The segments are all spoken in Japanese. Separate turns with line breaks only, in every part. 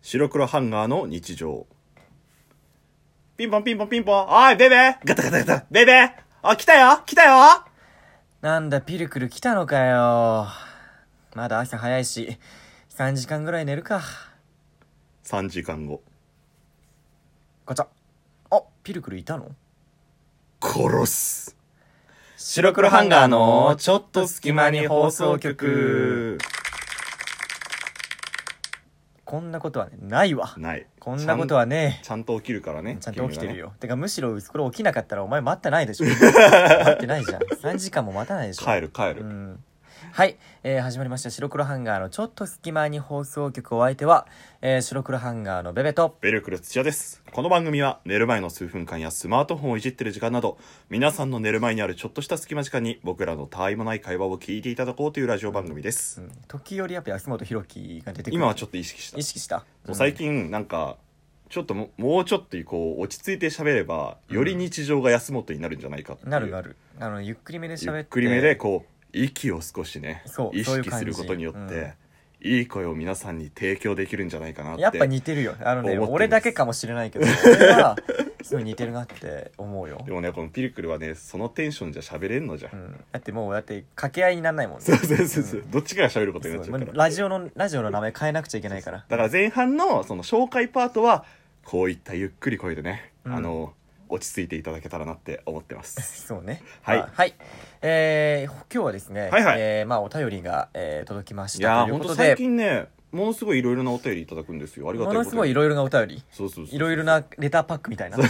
白黒ハンガーの日常ピンポンピンポンピンポンおいベベガタガタガタベベあ来たよ来たよ
なんだ、ピルクル来たのかよ。まだ朝早いし、3時間ぐらい寝るか。
3時間後
ガチャ。あ、ピルクルいたの
殺す
白黒ハンガーのちょっと隙間に放送局こんなことはね、ないわ。
ない
こんなことはね
ち、ゃんと起きるからね
ちゃんと起きて
君
る
がね
よ。てか、むしろ、これ起きなかったらお前待ってない でしょ。待ってないじゃん。3時間も待たないでしょ。
帰る帰
う
る
んはい、えー始まりました「白黒ハンガーのちょっと隙間に放送局」お相手は、えー白黒ハンガーのベベと
ベルクル土屋ですこの番組は寝る前の数分間やスマートフォンをいじってる時間など皆さんの寝る前にあるちょっとした隙間時間に僕らのたわいもない会話を聞いていただこうというラジオ番組です
時折やっぱ安本博樹が出てくる
今はちょっと意識した
意識した、
そう最近なんかちょっとももうちょっとこう落ち着いて喋ればより日常が安本になるんじゃないかってい
う
う
んなるなるあのゆっくりめで喋って
ゆっくりめでこう息を少しね
そう
意
そういう
識
感
す
じ
ることによって、いい声を皆さんに提供できるんじゃないかなって
やっぱ似てるよあの
思
ね
ってます
俺だけかもしれないけど俺はすごい似てるなって思うよ
で、もねこのピルクルはねそのテンションじゃ喋れんのじゃ、、
うんん、だってもうだって掛け合いにならないもんね
そうそうそうそうどっちかが喋ることになっちゃう
そう
から
ラジオのラジオの名前変えなくちゃいけな いから
だから前半のその紹介パートはこういったゆっくり声でね、
うん
あの落ち着いていただけたらなって思ってます
そうね。
はい
まあはい。えー、今日はですね、
はいはい
えーまあ、お便りが、えー届きまし
いやー
たという
本
こ
当
と
最
で、
近ねものすごいいろいろなお便りいただくんですよありがたいこと
もの
に
すごいいろいろなお便り、
そうそうそう
いろいろなレターパックみた いな。レ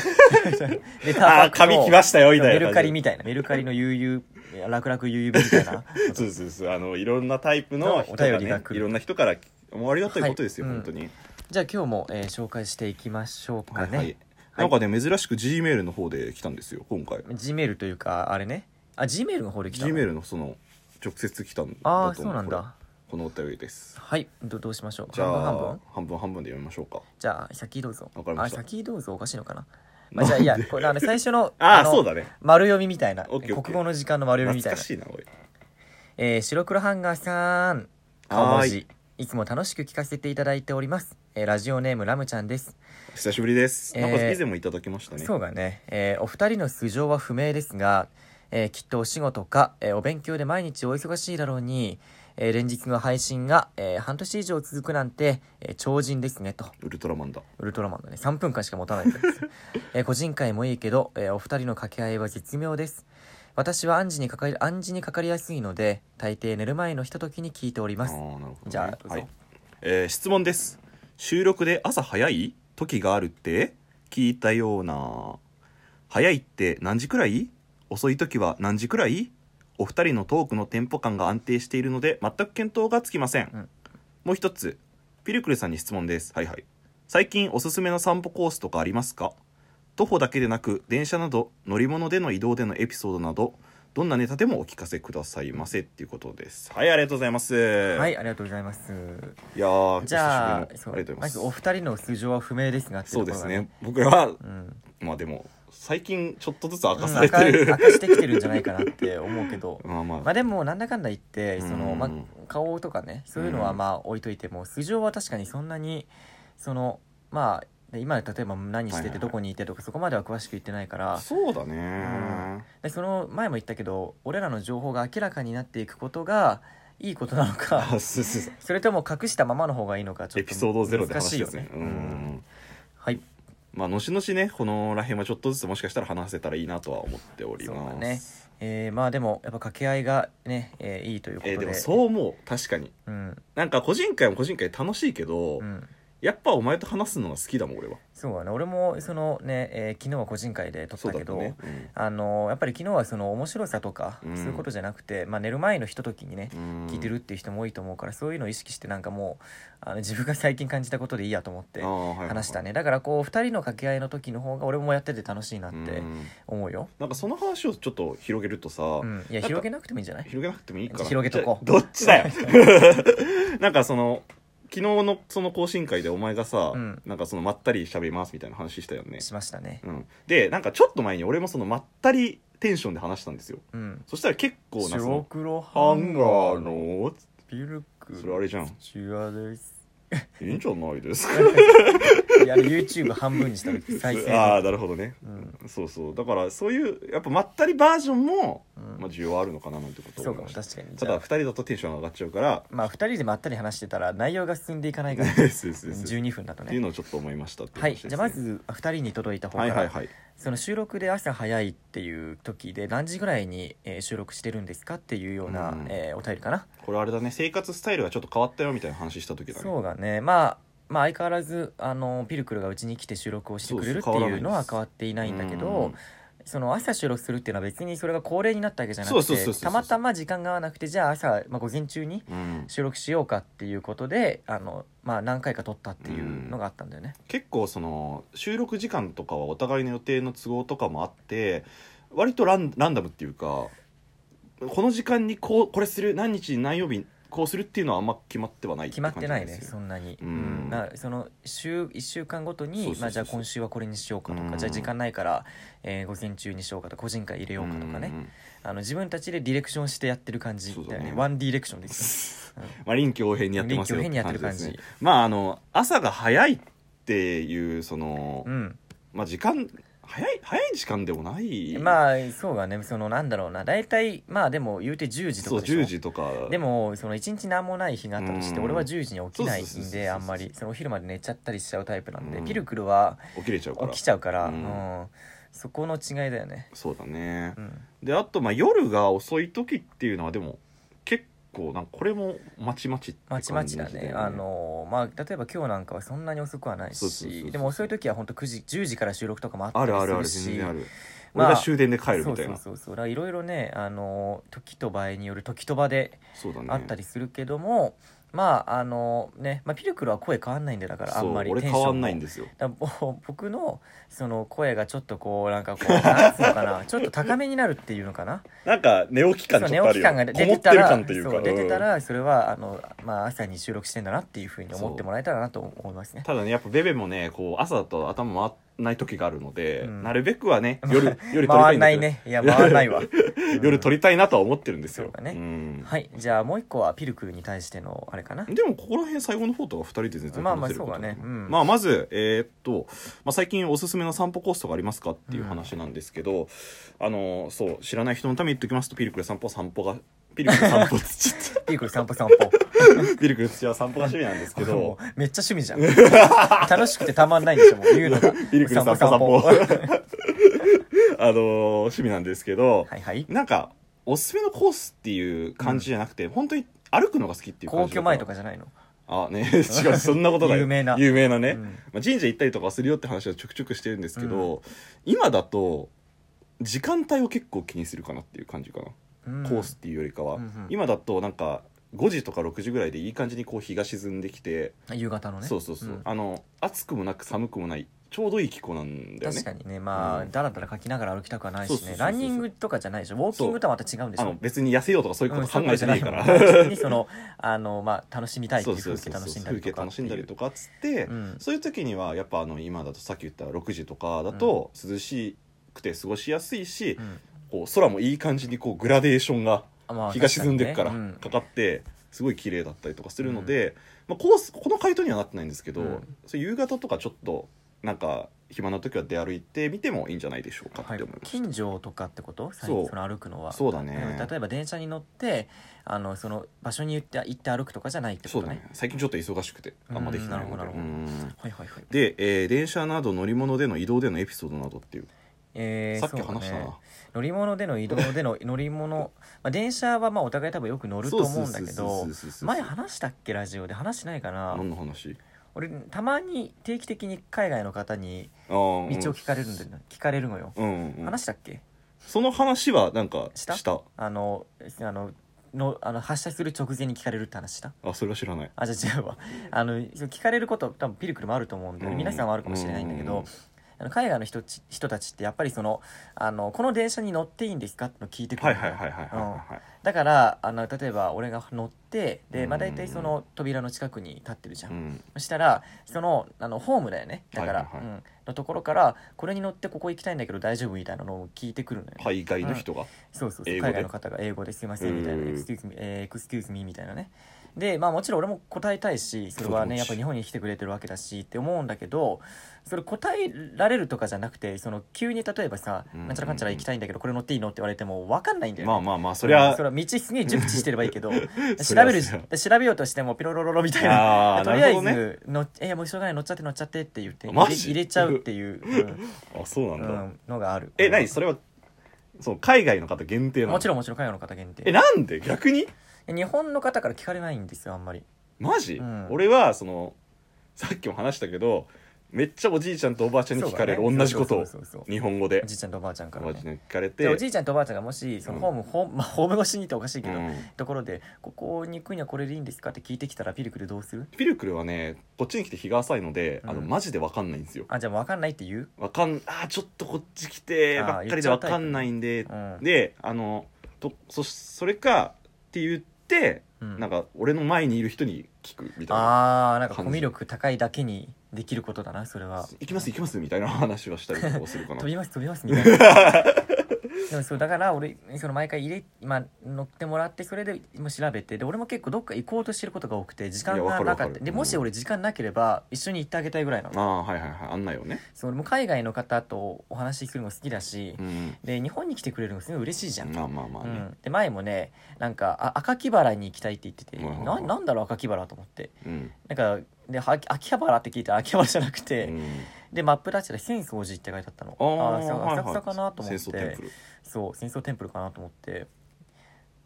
あ
タ
あー
の
紙来ましたよみたいな
メルカリみたいな。メルカリの悠々、いや楽々悠々みたいな。
そうそうそうあのいろんなタイプの人
お
が、ね、
便りが来る
いろんな人からもうありがたいことですよ、
はい
本当に、
じゃあ今日も、えー紹介していきましょうかね。
はいなんかね珍しく G メールの方で来たんですよ今回
G メールというか、あれね。あ、G メールの方で来た
G
の
メールのその直接来たんだと思
あ
う
あ、そうなんだ。
これこのお便りです
はい。どどうしましょう。
じゃあ
半分半分
半分半分で読みましょうか
じゃあ先どうぞ
わかりました
あ先どうぞおかしいのかな、まあ、じゃあいやこれあの最初の
ああ
の
そうだね
丸読みみたいな
オッケーオッケー
国語の時間の丸読み
懐
みたい
か
な
しいなおい
えー白黒ハンガーさん顔文字いつも楽しく聞かせていただいております、えーラジオネームラムちゃんです、
久しぶりです、
えー
なんか以前もいただきましたね
そうだね、えーお二人の素性は不明ですが、えーきっとお仕事か、えーお勉強で毎日お忙しいだろうに、えー連日の配信が、えー半年以上続くなんて、えー超人ですねと
ウルトラマンだ
ウルトラマンだね3分間しか持たない んですえー個人会もいいけど、えーお二人の掛け合いは絶妙です私は暗示にかかり暗示にかかりやすいので大抵寝る前のひとときに聞いており
あ
ま
あ
す
ーなるほど、ね、
じゃあどうぞ
はいえー質問です収録で朝早い時があるって聞いたような早いって何時くらい遅い時は何時くらいお二人のトークのテンポ感が安定しているので全く見当がつきません、
うん
もう一つピルクルさんに質問ですはいはい最近おすすめの散歩コースとかありますか徒歩だけでなく電車など乗り物での移動でのエピソードなどどんなネタでもお聞かせくださいませっていうことですはいありがとうございますは
はいありがとうございます
いやー
じゃあ
久し
そ
ぶりのありがとうございます
ずお二人の素性は不明ですがってい
そう
と
で
ころ
す
が
ね僕らは
うん
まあでも最近ちょっとずつ明か
うん
さ
明
れ
か
て
明
る、
かしてきてるんじゃないかなって思うけど
まあまあ、
まあでもなんだかんだ言ってその、
うん
まあ、顔とかねそういうのは
うん
まあ置いといても素性は確かにそんなにそのまあ今例えば何して
はいはいは
て
い
どこにいてとかそこまでは詳しく言ってないから
そうだね、
んでその前も言ったけど俺らの情報が明らかになっていくことがいいことなのか
あそうそうそう
それとも隠したままの方がいいのかちょ
エ
っと
ピソードゼロで
難
話
しい
で
よ
すね
ね。
う
うんんはい
まあ後々ねこのらへんはちょっとずつもしかしたら話せたらいいなとは思っており
そう
ま
だ
す
ねえーまあでもやっぱ掛け合いがね、えーいいということで
えーでもそう思う確かに
うん
なんか個人会も個人会楽しいけど、
うん
やっぱお前と話すのが好きだもん俺は
そうだね俺もそのね、えー昨日は個人会で撮っ
そう
た
だ
け
った
ど
ね、
あのやっぱり昨日はその面白さとか、
うん
そういうことじゃなくて、まあ、寝る前のひとときにね
うん
聞いてるっていう人も多いと思うからそういうのを意識してなんかもうあの自分が最近感じたことでいいやと思って
あーはいはいはい
話したねだからこう2人の掛け合いの時の方が俺もやってて楽しいなっ
うん
て思うよ、
なんかその話をちょっと広げるとさ、
うん、い
なん
や
か
広げなくてもいいんじゃない
広げなくてもいいかな
広げとこう
じゃあどっちだよ なんかその昨日のその懇親会でお前がさ、
うん
なんかそのまったり喋りますみたいな話したよね、
しましたね
うん、でなんかちょっと前に俺もそのまったりテンションで話したんですよ
うん
そしたら結構なそ
白
の
黒
ハ
ハ
ン
ン
ガ
ガ
ー
ーの
の
ピルク
それあれじゃん
チュアです
いいんじゃないですか
いや YouTube 半分にした時再生
ああなるほどね、
うん
そうそうだからそういうやっぱまったりバージョンも、
うん
まあ、需要あるのかななんてことを
そう
思
か
い
も
ました
確かに
た
じゃ
だ
あ
2人だとテンション上がっちゃうから
まあ2人でまったり話してたら内容が進んでいかないか ら
そうそうそうそう
12分だと
っていう
ね
のをちょっと思いましたっていう
はい
話ですね
じゃあまず2人に届いた方か
はい
ら、
はいはい
その収録で朝早いっていう時で何時ぐらいに、えー収録してるんですかっていうような、
うん
えーお便りかな、
これあれだね生活スタイルがちょっと変わったよみたいな話した時だね
そうだねまあまあ相変わらずあのピルクルがうちに来て収録をしてくれるって
そうそう変わらないです
いうのは変わっていないんだけど、
うん
その朝収録するっていうのは別にそれが恒例になったわけじゃなく
そうそうそうそ
て
う
たまたま時間が合わなくてじゃあ朝、まあ、午前中に
うん
収録しようかっていうことであの、まあ、何回か撮ったっていうのがあったんだよね。
結構その収録時間とかはお互いの予定の都合とかもあって割とランランダムっていうかこの時間にこうこれする何日に何曜日にこうするっていうのはあんま決まってはない
決まってないね
って
そ
感
んなに、
うん
うんなその週1週間ごと
そうそう
に
そうそう
まあじゃあ今週はこれにしようかと
う
か
ん
じゃあ時間ないから、えー午前中にしようかとか個人会入れ
じ
よ
な
うんか
ですよ
とかね、
うんうんうん
あの自分たちでディレクションしてやってる感じ
そう
だ
だ
よ
ね
ねワンディレクションです
まあ臨機応変にやってますよ
臨機応変にやってる
感
感
じ
じ
ですねまああの朝が早いっていうその、
うん、
まあ時間早い早い時間でもないあ
まあそうだねそのなんだろうな大体まあでも言うて10時と
そう
かでしょ
10時とか
でもその1日何もない日があったとして
うん
俺は10時に起きない
そうそうそ
ん
うそう
であんまりそのお昼まで寝ちゃったりしちゃうタイプなんで
うん
ピルクルは
起きれちゃうから
起きちゃうから、
う
うんんそこの違いだよね、
そうだね
うん、
であとまあ夜が遅い時っていうのはでも結構なんかこれもまちまちって
ま
感
ち
じ
まちだねあのーまあ例えば今日なんかはそんなに遅くはない
そうそうそうそう
しでも遅い時は本当9時10時から収録とかもあった
あるあるあ
り
る
す
全
るし
然ある、
まあ
俺が終電で帰るみたいなそ
そうそうそうそうだからいろいろねあのー時と場合による時と場で
うだね
あったりするけども、まああのーね、まあ、ピルクルは声変わんないんでだからあ
そ
ん
う
まり
俺変わんないん
で
ですよ
僕のその声がちょっとこうなんかこう なんつうのかなちょっと高めになるっていうのかな
なんか寝起き
そう
感ち
寝
ょっとある
起き
よ
感が出
こも
て
ったてる
ら
感というか
そう出てた
うん
らそれはあの、まあ、朝に収録してんだなっていうふうに思ってもらえたらなと思いますね
ただねやっぱベベもねこう朝だと頭回らない時があるので、
うん
なるべくはね夜夜撮りた
回
い
ん
んだ
な
け
い
ど、
ねいや回んないわ
夜撮
り、
りたいなとは思ってるんですよ
そうだね
ん
はいじゃあもう一個はピルクルに対してのあれかな
でもここら辺最後の方とか2人で全然
まあま
話
あ
せること
そうだねうん
まあまずえーっと、まあ、最近おすすめの散歩コースとかありますかっていう話なんですけど、あのそう知らない人のために言っておきますとピルクル散歩散歩がピルクル散歩つちっ
ピルクル散歩散歩
てピルクル土は散歩が趣味なんです けど
もうめっちゃ趣味じゃん 楽しくてたまんないんでしょもう言うのが
ピルクル散歩散歩
はい
あの趣味なんですけど、
はい
なんかおすすめのコースっていう感じじゃなくて、本当に歩くのが好きっていう感
皇
じ
居
だ
前とかじゃないの
あね 違うそんなことない
有名な
有名なね、
うん
まあ、神社行ったりとかするよって話はちょくちょくしてるんですけど、今だと時間帯を結構気にするかなっていう感じかな、
うん
コースっていうよりかは、
うんうん
今だとなんか5時とか6時ぐらいでいい感じにこう日が沈んできて、
夕方のね
そうそうそう、
ん
あの暑くもなく寒くもないちょうどいい気候なんだよね
確かにねまあ、
うん
だらだら書きながら歩きたくはない
そう
し
そうそう
ね
そう
ランニングとかじゃないでしょウォーキングとはまた違うんでし
あ
ょ
の別に痩せようとかそういうこと考えてないから、
うんそういうことじゃないもんね単純にそのあの、まあ、楽しみたいって
そ
いうう
そう
風
そう
景楽しんだ
風
り
景
とか
楽
って
し
い
ん
う
だりとかっつって、
うん
そういう時にはやっぱあの今だとさっき言った6時とかだと涼しくて過ごしやすいし、
うん
こう空もいい感じにこうグラデーションが
あまあ
日が沈んでくから
確にね
かかってすごい綺麗だったりとかするので、まあ、コースこの回答にはなってないんですけど、
うん
そう夕方とかちょっとなんか暇な時は出歩いてみてもいいんじゃないでしょう
う
か
ん
っ
はい
て思いました、
近所とかってこと最
そう
近その歩くのは
そうだね
例えば電車に乗ってあのその場所に行って行って歩くとかじゃないってこ
そう
と
だ
ね
ね最近ちょっと忙しくてあんまできてないの
う
で
んなるほどなるほど
うん
はいはいはい
で、えー電車など乗り物での移動でのエピソードなどっていう、
えー
さっき
そうだ
話
ね
したな
乗り物での移動での乗り物、まあ、電車はまあお互い多分よく乗ると思うんだ
そう
けど
そうそうそうそう
前話したっけラジオで話してないかな
何の話
俺たまに定期的に海外の方に
あ道
道を聞かれるんだよな、聞かれるのよ、
うんうんうん、
話したっけ
その話はなんか
した
した
あのあののあの発射する直前に聞かれるって話した
あそれは知らない
あじゃあ違うわあのそう聞かれること多分ピルクルもあると思うんで、
うん
皆さんはあるかもしれないんだけど、
うん
あの海外の人ち人たちってやっぱりそのあのこの電車に乗っていいんですかっての聞いてく
はい
るの
はい
よ
はいはいはいはい、
だからあの例えば俺が乗ってで、まあ、大体そ
うん
の扉の近くに立ってるじゃん、
うん
そしたらそのあのホームだよねだから、
はいはい
うん、のところからこれに乗ってここ行きたいんだけど大丈夫みたいなのを聞いてくるのよ、
海外の人が、
そうそうそう
英語で
海外の方が英語ですいませんみたいな
う
「
ん
excuse me,、えー excuse me」みたいなねでまあもちろん俺も答えたいしそれはね
そ
や
う
っ
そ
ぱ
う
日本に来てくれてるわけだしって思うんだけどそれ答えられるとかじゃなくてその急に例えばさ「
うん
なんちゃらかんちゃら行きたいんだけどこれ乗っていいの?」って言われても分かんないんだよね。
まあまあまあそりゃ
それは道すげえ熟知してればいいけ ど調
そり
べる
ゃそう
調べようとしてもピロロロロみたいな
ああ
と
な
りあ
る
え
ほどね
ずの「えもうしょうがない乗っちゃって乗っちゃって」って言って入
マ
れ
ジ
入れちゃうっ ていう、うん
あそうなん
う
だ
んのがある
え何それはそう海外の方限定なの
もちろ
ん
んもちろん海外の方限
え
定
なんで逆に
日本の方から聞かれないんですよあんまり
マジ、
うん
俺はそのさっきも話したけどめっちゃおじいちゃんとおばあちゃんに聞かれる、
そうだね
同じこと
そ
を
うそうそうそう
日本語で
おじいちゃんとおばあちゃんか
おば
ら、ね
あちゃんに聞かれ
で
て
おじいちゃんとおばあちゃんがもしその
うん
ホーム、ホームまあ、 ホーム越しにっておかしいけど、
うん
ところで「ここに行くにはこれでいいんですか?」って聞いてきたらピルクルどうする
ピルクルはねこっちに来て日が浅いので、
うん
あのマジで分かんないんですよ
あじゃあ分かんないって言う、
わかんあーちょっとこっち来て
あー
ばっかりで分かんないんで、
うん
であのとそそれかって言って、
うん
なんか俺の前にいる人に聞くみたいな
あーなんかコミュ力高いだけにできることだなそれは
行きます行きますみたいな 話はしたりとかするかな
飛びます飛 びますみたいなでもそうだから俺その毎回入れ、まあ、乗ってもらってそれで今調べてで俺も結構どっか行こうとしてることが多くて時間
いやわ
が
かるわ
な
か
か
る
ったで
うん
もし俺時間なければ一緒に行ってあげたいぐらいな
あ
の
あはいはいはい案内をね、
そう俺も海外の方とお話しするの好きだし、
うん、
で日本に来てくれるのすごい嬉しいじゃん、
まあまあまあ
う
ね、
ん、で前もねなんかあ赤木原に行きたいって言ってて
はいはいは
ないなんだろう赤木原と思って
うん
なんかでは秋葉原って聞いたら秋葉原じゃなくて、
うん
でマップ出したら浅草寺って書いてあったの
あー
ーそう
はいはい
浅草かなと思
戦
っ
争テン
て
プル
そう浅草テンプルかなと思って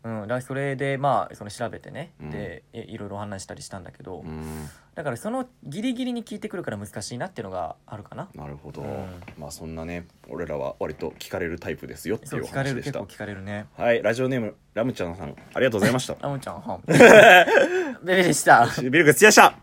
うんだからそれでまあその調べてね、
うん
でえいろいろお話したりしたんだけど、
うん
だからそのギリギリに聞いてくるから難しいなっていうのがあるかな
なるほど、
うん
まあそんなね俺らは割と聞かれるタイプですよって
そ
いううお
聞かれ
話
る
でし
結
た
構聞かれるね
はいラジオネームラムちゃんさんありがとうございました
あむちゃんはんベベでした
ビルク強でした